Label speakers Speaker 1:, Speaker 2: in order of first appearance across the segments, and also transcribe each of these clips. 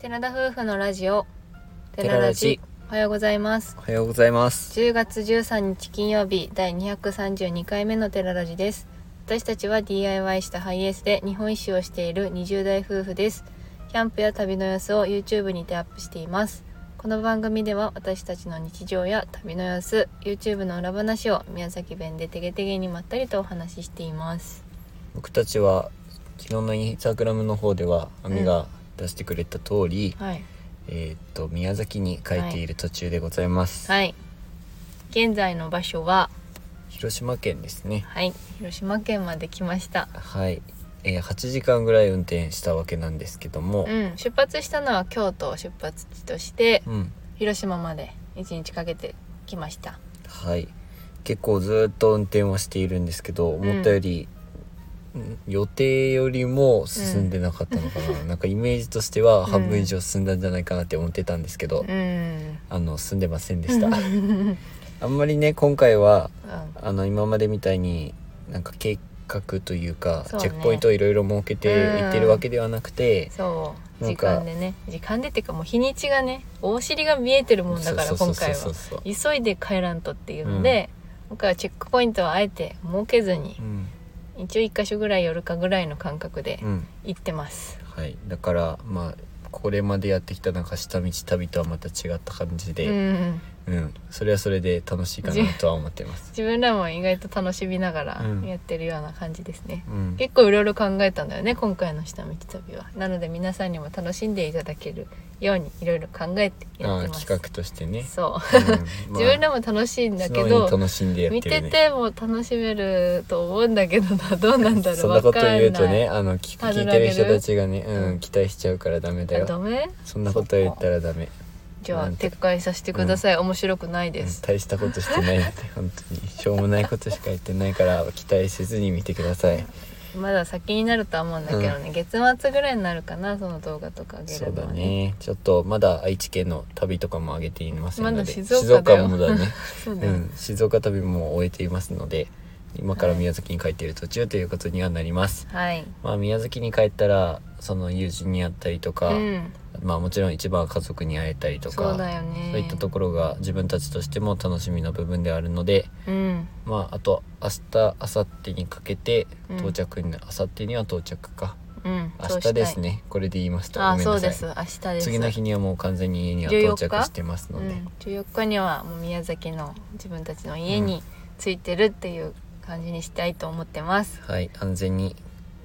Speaker 1: 寺田夫婦のラジオ
Speaker 2: 寺ラジ
Speaker 1: おはようございます
Speaker 2: おはようございます。
Speaker 1: 10月13日金曜日第232回目の寺ラジです私たちは DIY したハイエースで日本一周をしている20代夫婦ですキャンプや旅の様子を YouTube にてアップしていますこの番組では私たちの日常や旅の様子 YouTube の裏話を宮崎弁でてげてげにまったりとお話ししています
Speaker 2: 僕たちは昨日のインスタグラムの方ではアミが出してくれた通り、
Speaker 1: はい
Speaker 2: えーっと宮崎に帰っている途中でございます。
Speaker 1: はい現在の場所は
Speaker 2: 広島県ですね。
Speaker 1: はい、広島県まで来ました。
Speaker 2: はい。えー8時間ぐらい運転したわけなんですけども
Speaker 1: う、ん、出発したのは京都を出発地として
Speaker 2: うん、
Speaker 1: 広島まで一日かけて来ました。
Speaker 2: はい。結構ずーっと運転はしているんですけど、思ったより、ん予定よりも進んでなかったのかな、なんかイメージとしては半分以上進んだんじゃないかなって思ってたんですけど、
Speaker 1: うん、
Speaker 2: あの進んでませんでした あんまりね今回は
Speaker 1: うん、
Speaker 2: あの今までみたいになんか計画というか
Speaker 1: そうね
Speaker 2: チェックポイントをいろいろ設けていってるわけではなくて、
Speaker 1: そう、
Speaker 2: な
Speaker 1: 時
Speaker 2: んか
Speaker 1: 間でね、時間でっていうかもう日にちがね、大尻が見えてるもんだから
Speaker 2: そうそ
Speaker 1: 今
Speaker 2: うそ
Speaker 1: 回
Speaker 2: うそう
Speaker 1: は
Speaker 2: そう
Speaker 1: 急いで帰らんとっていうので、今回はチェックポイントはあえて設けずに
Speaker 2: う、ん、
Speaker 1: 一応一箇所ぐらい寄るかぐらいの感覚で
Speaker 2: うん、
Speaker 1: 行ってます。
Speaker 2: はいだからまあこれまでやってきたなんか下道旅とはまた違った感じ
Speaker 1: う
Speaker 2: で、
Speaker 1: ん、
Speaker 2: うんそれはそれで楽しいかなとは思ってます、
Speaker 1: 自分らも意外と楽しみながら
Speaker 2: うん
Speaker 1: やってるような感じですね。
Speaker 2: うん、
Speaker 1: 結構いろいろ考えたんだよね今回の下道旅はなので皆さんにも楽しんでいただけるようにいろいろ考えてやっ
Speaker 2: あ
Speaker 1: て
Speaker 2: ー
Speaker 1: ます
Speaker 2: 企画としてね、
Speaker 1: そう
Speaker 2: うんまあ
Speaker 1: 自分らも楽しいんだけ
Speaker 2: 素直
Speaker 1: ど、
Speaker 2: に楽しんでやって
Speaker 1: 見
Speaker 2: るね
Speaker 1: てても楽しめると思うんだけどなどうなんだろ
Speaker 2: そ
Speaker 1: うん
Speaker 2: な
Speaker 1: わ
Speaker 2: こと
Speaker 1: かんない
Speaker 2: 言うとねあの聞
Speaker 1: 外
Speaker 2: 聞
Speaker 1: れ
Speaker 2: い
Speaker 1: ら
Speaker 2: て
Speaker 1: れ
Speaker 2: る
Speaker 1: る
Speaker 2: 人たちがね、う
Speaker 1: うん
Speaker 2: ん、期待しちゃうからダメだ
Speaker 1: あダ
Speaker 2: よ
Speaker 1: メ
Speaker 2: そんなこと言ったらダメ
Speaker 1: じゃあ
Speaker 2: なんて
Speaker 1: 撤回させてください、面白くないで
Speaker 2: う
Speaker 1: す
Speaker 2: ん、大したことしてない って本当にしょうもないことしか言ってないから期待せずに見てください
Speaker 1: まだ先になるとは思うんだけどね、月末ぐらいになるかなその動画とかあげ
Speaker 2: そ
Speaker 1: る
Speaker 2: う
Speaker 1: の
Speaker 2: だ
Speaker 1: は
Speaker 2: ねちょっとまだ愛知県の旅とかも上げていませんので、
Speaker 1: まだ静岡だよ
Speaker 2: 静もだね、
Speaker 1: そうだ
Speaker 2: う
Speaker 1: よ、
Speaker 2: ん、静岡旅も終えていますので今から宮崎に帰っている途中ということにはなります、
Speaker 1: はい
Speaker 2: まあ宮崎に帰ったらその友人に会ったりとか、
Speaker 1: うん
Speaker 2: まあもちろん一番は家族に会えたりとか
Speaker 1: そうだよね
Speaker 2: そういったところが自分たちとしても楽しみの部分であるので、
Speaker 1: うん
Speaker 2: まあ、あと明日明後日にかけて
Speaker 1: うん
Speaker 2: 到着にな、明後日には到着か
Speaker 1: うんそ
Speaker 2: 明
Speaker 1: うした
Speaker 2: 日
Speaker 1: い
Speaker 2: ですねこれで言いました
Speaker 1: あ
Speaker 2: ごめん
Speaker 1: そ
Speaker 2: な
Speaker 1: う
Speaker 2: さ
Speaker 1: で
Speaker 2: い
Speaker 1: す明日です
Speaker 2: 次の日にはもう完全に家には
Speaker 1: 14
Speaker 2: 到
Speaker 1: 日
Speaker 2: 着してますので、
Speaker 1: うん、14日にはもう宮崎の自分たちの家に着いてるっていう感じにしたいと思ってます、
Speaker 2: はい安全に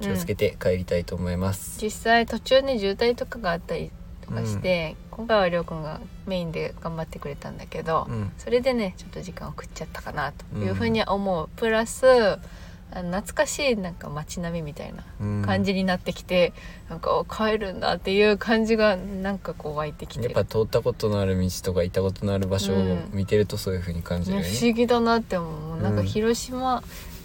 Speaker 2: 気をつけて帰りたいと思います、
Speaker 1: 実際途中ね渋滞とかがあったりとかして、今回はりょうくんがメインで頑張ってくれたんだけど、
Speaker 2: うん
Speaker 1: それでねちょっと時間を食っちゃったかなという
Speaker 2: うん
Speaker 1: ふうには思う、プラスあの懐かしいなんか街並みみたいな
Speaker 2: うん
Speaker 1: 感じになってきて、なんかお帰るんだっていう感じがなんかこう湧いてきて
Speaker 2: やっ
Speaker 1: る
Speaker 2: ぱ通ったことのある道とか行ったことのある場所を見てるとそういう風に感じる
Speaker 1: ね
Speaker 2: よね、
Speaker 1: 不思議だなって思うなんか
Speaker 2: うん
Speaker 1: 広島、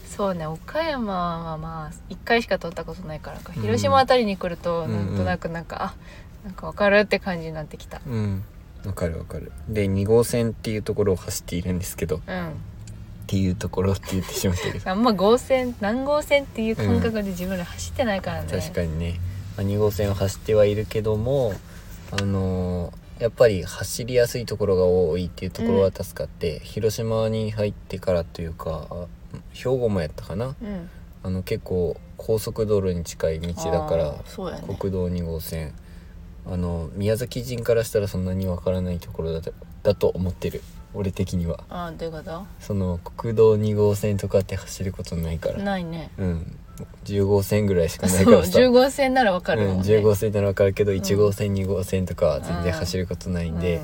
Speaker 1: そうね岡山はまあ1回しか通ったことないからか
Speaker 2: うん
Speaker 1: 広島あたりに来ると
Speaker 2: うん
Speaker 1: な
Speaker 2: うん
Speaker 1: んとなくなんか、あなんかわかるって感じになってきた
Speaker 2: うんわかるわかるで2号線っていうところを走っているんですけどっ
Speaker 1: うん
Speaker 2: ていうところって言ってしまった けど
Speaker 1: あんま合線何号線っていう感覚で自分ら走ってないからね、
Speaker 2: 確かにね、まあ、2号線を走ってはいるけどもあのーやっぱり走りやすいところが多いっていうところは助かって、広島に入ってからというかあ兵庫もやったかな
Speaker 1: うん
Speaker 2: あの結構高速道路に近い道だか
Speaker 1: あ
Speaker 2: ら
Speaker 1: ーそうやね
Speaker 2: 国道2号線あの宮崎人からしたらそんなにわからないところだとだと思ってる俺的には
Speaker 1: あーどういうこ
Speaker 2: その国道2号線とかって走ることないか
Speaker 1: と
Speaker 2: ら
Speaker 1: ないね
Speaker 2: うん10号線ぐらいしかな
Speaker 1: そ
Speaker 2: いうからさ
Speaker 1: 10号線ならわかる
Speaker 2: う
Speaker 1: も
Speaker 2: ん、
Speaker 1: んね、
Speaker 2: 10号線なら分かるけど、
Speaker 1: ん
Speaker 2: 1号線2号線とかは全然走ることないんで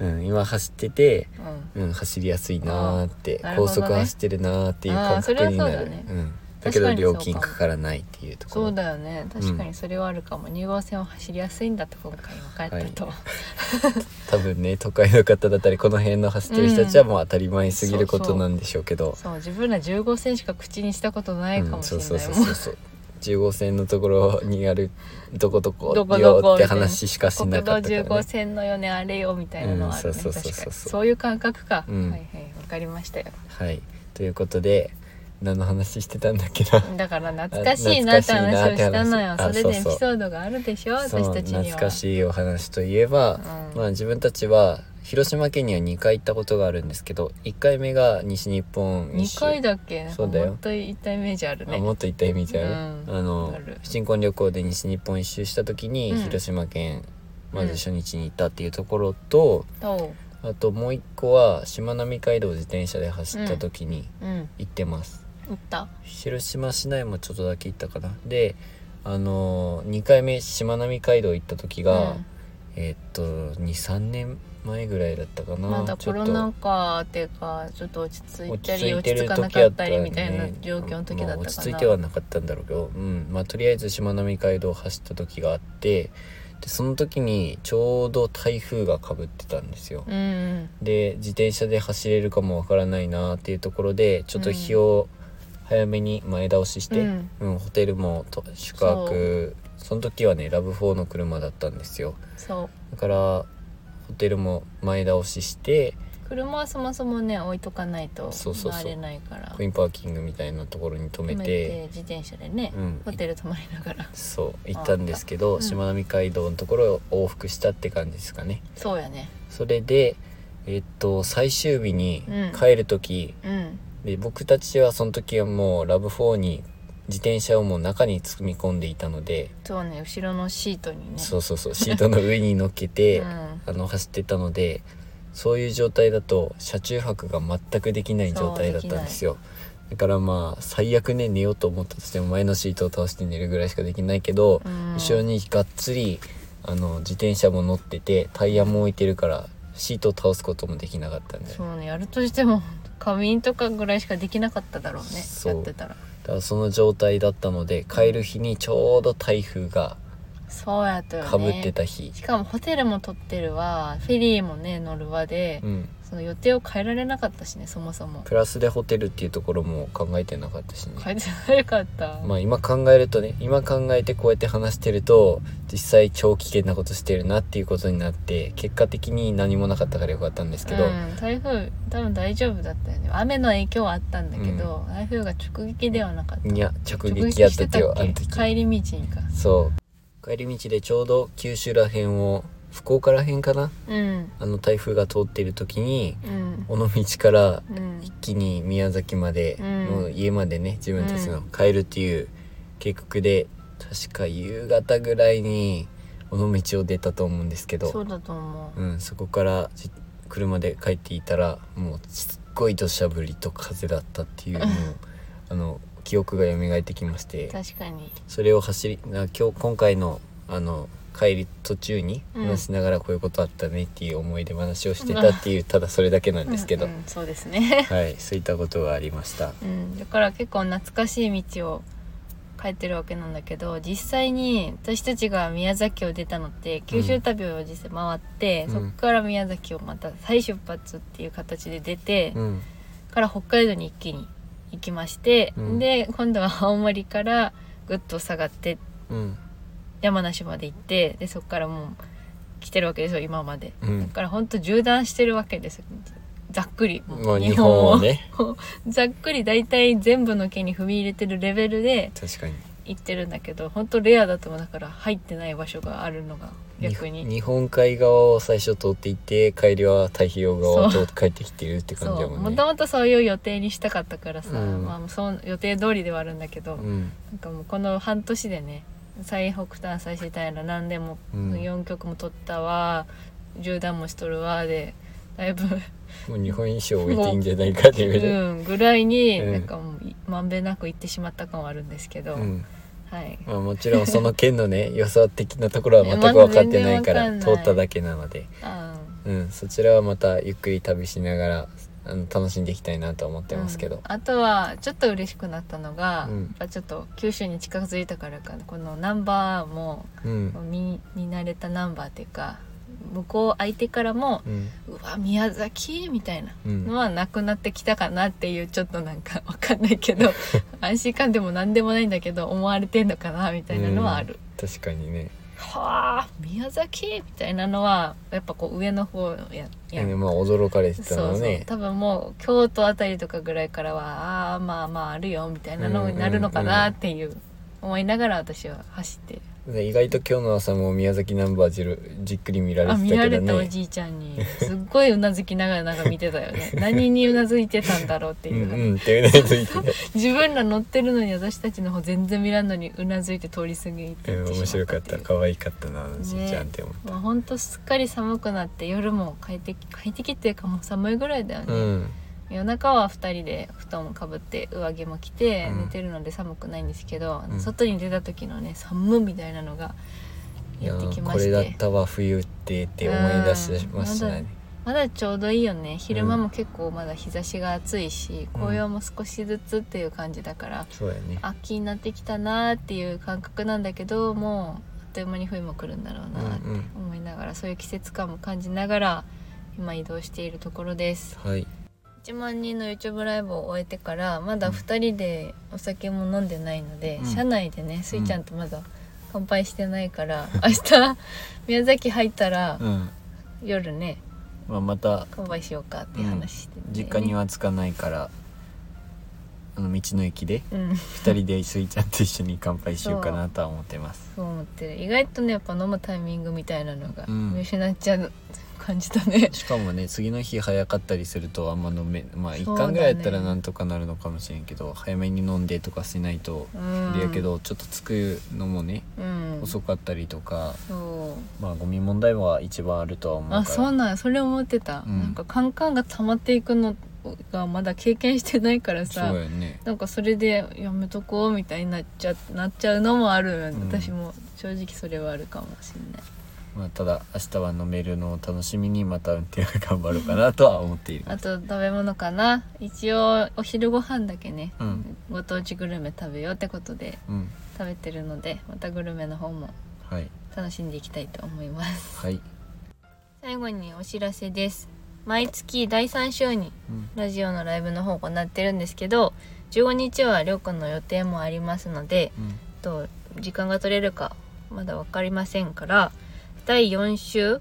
Speaker 1: う、
Speaker 2: うん今走ってて、
Speaker 1: んうんうん
Speaker 2: うん、走りやすいなーって、
Speaker 1: あーなるほど
Speaker 2: 高
Speaker 1: ね
Speaker 2: 速走ってるなーっていう感覚に
Speaker 1: あーそれは
Speaker 2: な
Speaker 1: そう
Speaker 2: る
Speaker 1: だね
Speaker 2: うん、だ
Speaker 1: 確か
Speaker 2: けど
Speaker 1: に
Speaker 2: 料金かからないっていうところ
Speaker 1: そうだよね確かにそれはあるかも、2号線は走りやすいんだと今回分かったと、
Speaker 2: 多分ね都会の方だったりこの辺の走ってる人たちはもう当たり前すぎることなんでしょうけど、
Speaker 1: そう自分ら1 5線しか口にしたことないか
Speaker 2: う
Speaker 1: も
Speaker 2: ん
Speaker 1: し
Speaker 2: そ
Speaker 1: れ
Speaker 2: う
Speaker 1: ない
Speaker 2: そうそ
Speaker 1: も
Speaker 2: う
Speaker 1: ん
Speaker 2: そうそう10号線のところにあるどこどこ
Speaker 1: どこどこ
Speaker 2: よ
Speaker 1: みたいな
Speaker 2: って話しかし
Speaker 1: 国道
Speaker 2: なかったから、ね、
Speaker 1: 10号線のよねあれよみたいなのはあるね、
Speaker 2: うんそうそう
Speaker 1: 確
Speaker 2: そうそう
Speaker 1: かにそういう感覚か、
Speaker 2: うん
Speaker 1: はいはいわかりましたよ
Speaker 2: はい、ということで、何の話してたんだ っけな
Speaker 1: だから懐かしいなって話をしたのよ
Speaker 2: あ懐かしいなって話
Speaker 1: それでエピ
Speaker 2: あそうそう
Speaker 1: ソードがあるでしょ
Speaker 2: そう
Speaker 1: 私たちには
Speaker 2: 懐かしいお話といえば、
Speaker 1: うん
Speaker 2: まあ、自分たちは広島県には2回行ったことがあるんですけど1回目が西日本一
Speaker 1: 2
Speaker 2: 周
Speaker 1: 回だっけなんか
Speaker 2: そうだよ
Speaker 1: もっと行ったイメージある
Speaker 2: あ
Speaker 1: ね
Speaker 2: もっと行った意味じゃある、
Speaker 1: うん
Speaker 2: あの
Speaker 1: ある
Speaker 2: 新婚旅行で西日本一周した時に、
Speaker 1: うん
Speaker 2: 広島県ま
Speaker 1: う
Speaker 2: ず
Speaker 1: ん
Speaker 2: 初日に行ったっていうところと、
Speaker 1: と
Speaker 2: あともう一個はしまなみ海道を自転車で走った時に
Speaker 1: うん
Speaker 2: 行ってます、
Speaker 1: 行った
Speaker 2: 広島市内もちょっとだけ行ったかなであの2回目しまなみ海道行った時が、
Speaker 1: うん
Speaker 2: えーっと23年前ぐらいだったかな
Speaker 1: まだ
Speaker 2: ち
Speaker 1: コ
Speaker 2: ょっ
Speaker 1: ロ
Speaker 2: と
Speaker 1: ナ禍っていうかちょっと落ち着い
Speaker 2: 落
Speaker 1: た
Speaker 2: ち
Speaker 1: り
Speaker 2: 着い
Speaker 1: 落
Speaker 2: て
Speaker 1: ち
Speaker 2: る
Speaker 1: 着かな
Speaker 2: 時
Speaker 1: か
Speaker 2: あっ
Speaker 1: ったた
Speaker 2: よ
Speaker 1: り
Speaker 2: ね
Speaker 1: みたいな状況の時だったかな、
Speaker 2: まあ落ち着いてはなかったんだろうけど、うんまあ、とりあえずしまなみ海道を走った時があってでその時にちょうど台風がかぶってたんですよ、
Speaker 1: うんうん
Speaker 2: で自転車で走れるかもわからないなっていうところでちょっと日を早めに前倒しして、う
Speaker 1: うんん
Speaker 2: ホテルもと宿泊その時はねラブ4の車だったんですよ
Speaker 1: そう
Speaker 2: だからホテルも前倒しして
Speaker 1: 車はそもそもね置いとかないと
Speaker 2: そうそうそう
Speaker 1: 回れないから
Speaker 2: コインパーキングみたいなところに止め
Speaker 1: 止め
Speaker 2: て
Speaker 1: て自転車でね、
Speaker 2: うん
Speaker 1: ホテル泊まりながら
Speaker 2: そう行ったんですけ
Speaker 1: あ
Speaker 2: ど
Speaker 1: ったうん
Speaker 2: しまなみ海道のところを往復したって感じですかね
Speaker 1: そうやね
Speaker 2: それでえっと最終日に
Speaker 1: うん
Speaker 2: 帰る時、
Speaker 1: うん
Speaker 2: で僕たちはその時はもうラブ4に自転車をもう中に積み込んでいたので、
Speaker 1: そうね後ろのシートにね
Speaker 2: そうそうそうシートの上に乗っけて、
Speaker 1: うん
Speaker 2: あの走ってたのでそういう状態だと車中泊が全くできない状態だったんですよだからまあ最悪ね寝ようと思ったとしても前のシートを倒して寝るぐらいしかできないけど、
Speaker 1: うん
Speaker 2: 後ろにがっつりあの自転車も乗っててタイヤも置いてるからシートを倒すこともできなかったんだよ
Speaker 1: そうねやるとしても仮眠とかぐらいしかできなかっただろうね
Speaker 2: そう
Speaker 1: やってたら
Speaker 2: だからその状態だったので帰る日にちょうど台風が
Speaker 1: そうやとよね
Speaker 2: かぶってた日、
Speaker 1: しかもホテルも取ってるわフェリーもね乗るわで、
Speaker 2: うん、
Speaker 1: その予定を変えられなかったしねそもそも
Speaker 2: プラスでホテルっていうところも考えてなかったしね
Speaker 1: 変えてなかった、
Speaker 2: まあ今考えるとね今考えてこうやって話してると実際超危険なことしてるなっていうことになって結果的に何もなかったからよかったんですけど、
Speaker 1: うん、台風多分大丈夫だったよね雨の影響はあったんだけど、台風が直撃ではなかった
Speaker 2: いや直撃やった
Speaker 1: 直
Speaker 2: けよあの
Speaker 1: 撃してたっけ帰
Speaker 2: 時
Speaker 1: り道にか
Speaker 2: そう帰り道でちょうど九州ら辺を福岡ら辺かな
Speaker 1: うん
Speaker 2: あの台風が通っている時に
Speaker 1: うん
Speaker 2: 尾道から
Speaker 1: うん
Speaker 2: 一気に宮崎まで、
Speaker 1: うん
Speaker 2: もう家までね自分たち
Speaker 1: う
Speaker 2: の帰るっていう計画で確か夕方ぐらいに尾道を出たと思うんですけど
Speaker 1: そうだと思う
Speaker 2: うん、そこからじ車で帰っていたらもうすっごい土砂降りと風だったっていうもうあの記憶が蘇ってきまして
Speaker 1: 確かに
Speaker 2: それを走りあ今日今回のあの帰り途中に
Speaker 1: うん
Speaker 2: 話しながらこういうことあったねっていう思い出話をしてたっていう、 ただそれだけなんですけど、
Speaker 1: うんうんそうですね
Speaker 2: はいそういったことがありました。
Speaker 1: うんだから結構懐かしい道を帰ってるわけなんだけど実際に私たちが宮崎を出たのって九州旅を実際回って、
Speaker 2: うん
Speaker 1: そこから宮崎をまた再出発っていう形で出て、
Speaker 2: うん、
Speaker 1: から北海道に一気に行きまして、
Speaker 2: うん
Speaker 1: で今度は青森からぐっと下がって
Speaker 2: うん、
Speaker 1: 山梨まで行ってでそこからもう来てるわけですよ今まで、
Speaker 2: うん
Speaker 1: だからほんと縦断してるわけですよざっくりもう
Speaker 2: まあ日本をね
Speaker 1: 日本をざっくり大体全部の県に踏み入れてるレベルで
Speaker 2: 確かに
Speaker 1: 行ってるんだけどほんとレアだと思うだから入ってない場所があるのが 逆に
Speaker 2: 日本海側を最初通っていって帰りは太平洋側を通って帰ってきてるって感
Speaker 1: そ
Speaker 2: じだ
Speaker 1: う
Speaker 2: もんね。
Speaker 1: もともとそういう予定にしたかったからさ、
Speaker 2: うん
Speaker 1: まあ、そう予定通りではあるんだけど、
Speaker 2: うん
Speaker 1: なんかもうこの半年でね最北端最西端ら何でも
Speaker 2: うん
Speaker 1: 4曲も取ったわ縦断もしとるわでだ いぶ、
Speaker 2: もう日本一を置いていいんじゃないかっていうぐらい。
Speaker 1: うん、ぐらいに
Speaker 2: うん
Speaker 1: なんかもういまんべんなく行ってしまった感はあるんですけど、
Speaker 2: うん
Speaker 1: はい
Speaker 2: まあ、もちろんその県のね予想的なところは全く分かってないか
Speaker 1: まだ
Speaker 2: ら
Speaker 1: 全然
Speaker 2: 通
Speaker 1: わかんない
Speaker 2: っただけなので、
Speaker 1: あ
Speaker 2: うん、そちらはまたゆっくり旅しながらあの楽しんでいきたいなと思っ
Speaker 1: ー
Speaker 2: てますけ
Speaker 1: うん
Speaker 2: ど、
Speaker 1: あとはちょっと嬉しくなったのが、
Speaker 2: うん
Speaker 1: やっぱちょっと九州に近づいたからかこのナンバーも
Speaker 2: うん
Speaker 1: 見見慣れたナンバーっていうか向こう相手からも
Speaker 2: うん
Speaker 1: 「うわ宮崎」みたいな
Speaker 2: うん
Speaker 1: のはなくなってきたかなっていうちょっとなんかわかんない けど安心感でも何でもないんだけど思われてんのかなみたいなのはある、
Speaker 2: 確かにね
Speaker 1: はあ宮崎みたいなのはやっぱこう上の方ややん
Speaker 2: まあ驚かれてた
Speaker 1: そ
Speaker 2: の
Speaker 1: うそう
Speaker 2: ね
Speaker 1: 多分もう京都あたりとかぐらいからはああまあまああるよみたいなのになるのかなっていう思いながら私は走って
Speaker 2: で意外と今日の朝も宮崎ナンバーじるじっくり見られ
Speaker 1: あ
Speaker 2: て
Speaker 1: 見
Speaker 2: た
Speaker 1: ら
Speaker 2: け
Speaker 1: れ
Speaker 2: ど
Speaker 1: たお
Speaker 2: ね
Speaker 1: じいちゃんにすっごいうなずきながらなんか見てたよ ね何にうなずいてたんだろうって
Speaker 2: う
Speaker 1: い
Speaker 2: ん
Speaker 1: う、
Speaker 2: うんってうなずいてね
Speaker 1: 自分ら乗ってるのに私たちの方全然見らんのにうなずいて通り過ぎていって
Speaker 2: うん面
Speaker 1: しま
Speaker 2: 白か
Speaker 1: っ
Speaker 2: ったた
Speaker 1: っていう
Speaker 2: 可愛かったなあのじいちゃんって思っ
Speaker 1: まあほんとすっかり寒くなって夜も快適快適っていうかもう寒いぐらいだよね、
Speaker 2: た、うん
Speaker 1: 夜中は2人で布団かぶって上着も着て
Speaker 2: うん
Speaker 1: 寝てるので寒くないんですけど、あの
Speaker 2: うん
Speaker 1: 外に出た時のね寒みたいなのが
Speaker 2: いや
Speaker 1: やってき
Speaker 2: ー
Speaker 1: ま
Speaker 2: こ
Speaker 1: し
Speaker 2: れだってたわ冬ってって思い出しましたね、
Speaker 1: まだちょうどいいよね昼間も結構まだ日差しが暑いし、
Speaker 2: うん
Speaker 1: 紅葉も少しずつっていう感じだから
Speaker 2: そうやね
Speaker 1: 秋になってきたなーっていう感覚なんだけどもうあっという間に冬も来るんだろうなって
Speaker 2: うんうん
Speaker 1: 思いながら、そういう季節感も感じながら今移動しているところです。
Speaker 2: はい
Speaker 1: 1万人の YouTube ライブを終えてからまだ2人でお酒も飲んでないので、
Speaker 2: うん
Speaker 1: 車内でねスイちゃんとまだ乾杯してないから、 明日宮崎入ったら
Speaker 2: うん
Speaker 1: 夜ね
Speaker 2: まあ、また
Speaker 1: 乾杯しようかっていう話してて、
Speaker 2: 実家には着かないからあの道の駅で
Speaker 1: うん
Speaker 2: 2人でスイちゃんと一緒に乾杯しようかなとは思ってます
Speaker 1: そう思ってる意外とねやっぱ飲むタイミングみたいなのが
Speaker 2: うん
Speaker 1: 見失っちゃう感じだね、
Speaker 2: しかもね次の日早かったりするとあんま飲めまあ
Speaker 1: そうだね
Speaker 2: 1缶ぐらいやったらなんとかなるのかもしれんけど、早めに飲んでとかしないと
Speaker 1: うん、
Speaker 2: あれやけどちょっと着くのもね
Speaker 1: うん
Speaker 2: 遅かったりとか
Speaker 1: そう
Speaker 2: まあゴミ問題は一番あるとは思うから
Speaker 1: あそうなんやそれ思ってた、
Speaker 2: うん
Speaker 1: なんかカンカンが溜まっていくのがまだ経験してないからさ
Speaker 2: そうやね
Speaker 1: なんかそれでやめとこうみたいになっちゃなっちゃうのもあるよね、
Speaker 2: うん
Speaker 1: 私も正直それはあるかもしれない
Speaker 2: まあただ明日は飲めるのを楽しみにまた運転を頑張ろうかなとは思っている
Speaker 1: あと食べ物かな一応お昼ご飯だけね、
Speaker 2: うん
Speaker 1: ご当地グルメ食べようってことで
Speaker 2: うん
Speaker 1: 食べてるのでまたグルメの方も
Speaker 2: はい
Speaker 1: 楽しんでいきたいと思います
Speaker 2: はい、
Speaker 1: 最後にお知らせです毎月第3週に
Speaker 2: うん
Speaker 1: ラジオのライブの方を行ってるんですけど15日はりょうくんの予定もありますので
Speaker 2: うん
Speaker 1: と時間が取れるかまだ分かりませんから第4週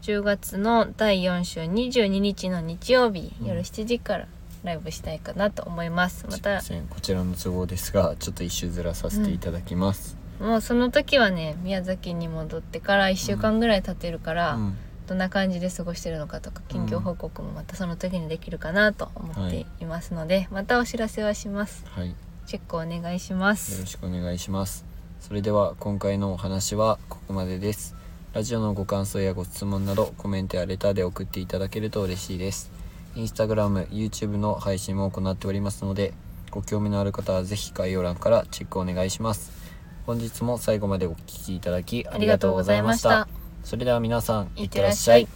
Speaker 1: 10月の第4週22日の日曜日
Speaker 2: うん
Speaker 1: 夜7時からライブしたいかなと思います、ます
Speaker 2: い
Speaker 1: た
Speaker 2: ませんこちらの都合ですがちょっと一周ずらさせていただきます、
Speaker 1: もうその時はね宮崎に戻ってから1週間ぐらい経ってるか
Speaker 2: う
Speaker 1: ら、
Speaker 2: ん
Speaker 1: どんな感じで過ごしてるのかとか近況報告もまたその時にできるかなと思っていますので、またお知らせはします
Speaker 2: はいよ
Speaker 1: チェックお願いします
Speaker 2: ろしくお願いしますそれでは今回のお話はここまでですラジオのご感想やご質問などコメントやレターで送っていただけると嬉しいですインスタグラム YouTube の配信も行っておりますのでご興味のある方はぜひ概要欄からチェックお願いします本日も最後までお聴きいただきありがとうございました
Speaker 1: ありがとうございま
Speaker 2: それでは皆さん
Speaker 1: いってらっしゃい